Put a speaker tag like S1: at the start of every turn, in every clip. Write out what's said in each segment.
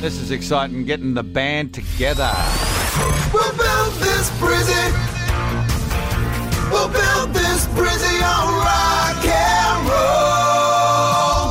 S1: This is exciting, getting the band together.
S2: We'll build this prison. We'll build this prison on rock and roll.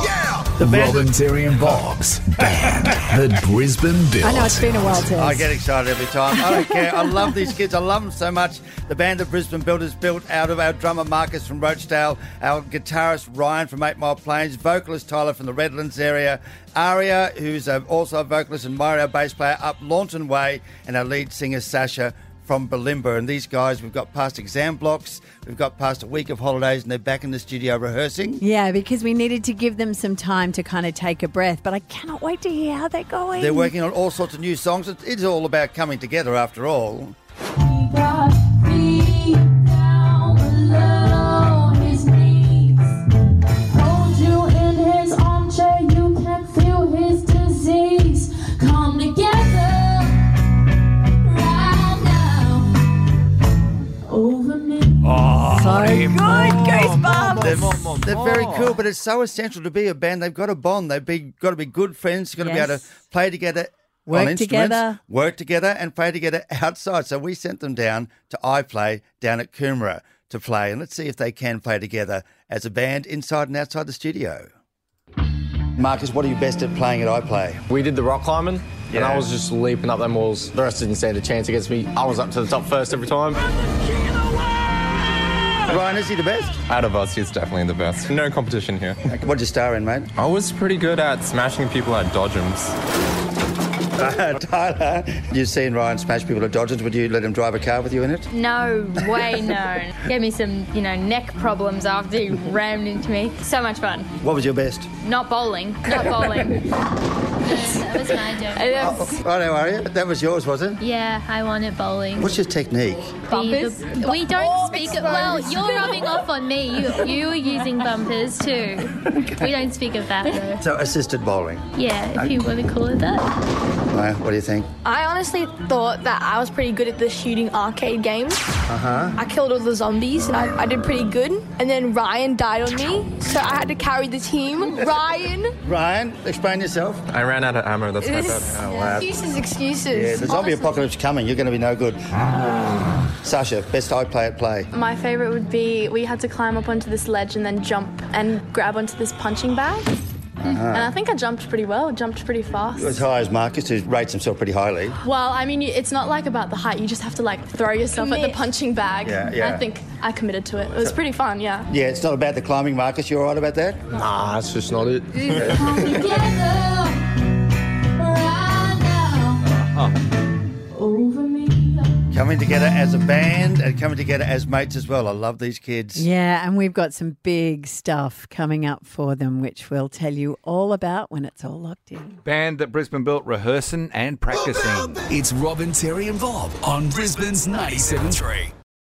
S2: Yeah.
S3: The band-
S4: Robin, Terry, and Bob's band, the Brisbane Built.
S5: I know it's been a while, Tess.
S3: I get excited every time. I don't care. I love these kids. I love them so much. The band that Brisbane built is built out of our drummer Marcus from Roachdale, our guitarist Ryan from Eight Mile Plains, vocalist Tyler from the Redlands area, Aria, who's uh, also a vocalist, and Mario, our bass player up Launton Way, and our lead singer Sasha from Balimba. And these guys, we've got past exam blocks, we've got past a week of holidays, and they're back in the studio rehearsing.
S5: yeah, because we needed to give them some time to kind of take a breath, but I cannot wait to hear how they're going.
S3: They're working on all sorts of new songs. It is all about coming together after all.
S6: brought me down below his knees. Hold you in his armchair, you can feel his disease. Come together right now over me.
S5: so Oh, good, Goosebumps.
S3: They're, they're very cool, but it's so essential to be a band. They've got to bond. They've be, got to be good friends. You've got to be able
S5: Yes.
S3: to play together,
S5: Work
S3: on instruments,
S5: together.
S3: work together, and play together outside. So we sent them down to iPlay down at Coomera to play, and let's see if they can play together as a band inside and outside the studio. Marcus, what are you best at playing at iPlay?
S7: We did the rock climbing, and
S3: Yeah.
S7: I was just leaping up them walls. The rest didn't stand a chance against me. I was up to the top first every time.
S3: Ryan, is he the best?
S8: Out of us, he's definitely the best. No competition here.
S3: What'd you star in, mate?
S8: I was pretty good at smashing people at dodgems.
S3: Tyler, you've seen Ryan smash people at Dodgers. Would you let him drive a car with you in it?
S9: No way, no. Gave me some, you know, neck problems after he rammed into me. So much fun.
S3: What was your best?
S9: Not bowling. Not bowling.
S10: That was my joke.
S9: And that's-
S3: I don't worry. That was yours, was it?
S10: Yeah, I won at bowling.
S3: What's your technique?
S9: Bumpers?
S10: We, we don't
S3: Oh,
S10: speak it well. You're rubbing off on me. You you are using bumpers too. We don't speak of that though.
S3: So assisted bowling.
S10: Yeah, if you want to call it that.
S3: Maya, what do you think?
S11: I honestly thought that I was pretty good at the shooting arcade games. Uh huh. I killed all the zombies and I, I did pretty good. And then Ryan died on me, so I had to carry the team. Ryan.
S3: Ryan, explain yourself.
S8: I ran out of ammo, that's my bad.
S11: Excuses, excuses.
S3: Yeah, the zombie apocalypse coming. You're going to be no good. Sasha, best I play at play.
S11: My favorite would be we had to climb up onto this ledge and then jump and grab onto this punching bag. And I think I jumped pretty well, jumped pretty
S3: Uh-huh. As
S11: fast.
S3: high as Marcus, who rates himself pretty highly.
S11: Well, I mean, it's not like about the height, you just have to like throw yourself at the punching bag.
S3: Yeah, yeah.
S11: I think I committed to it. It was pretty fun, yeah.
S3: Yeah, it's not about the climbing, Marcus. You all right about that?
S7: Nah, that's just not it.
S9: Together right now over me.
S3: Coming together as a band and coming together as mates as well. I love these kids.
S5: Yeah, and we've got some big stuff coming up for them, which we'll tell you all about when it's all locked in.
S1: Band that Brisbane built rehearsing and practicing.
S4: It's Robin, Terry, and Bob on Brisbane's 97.3.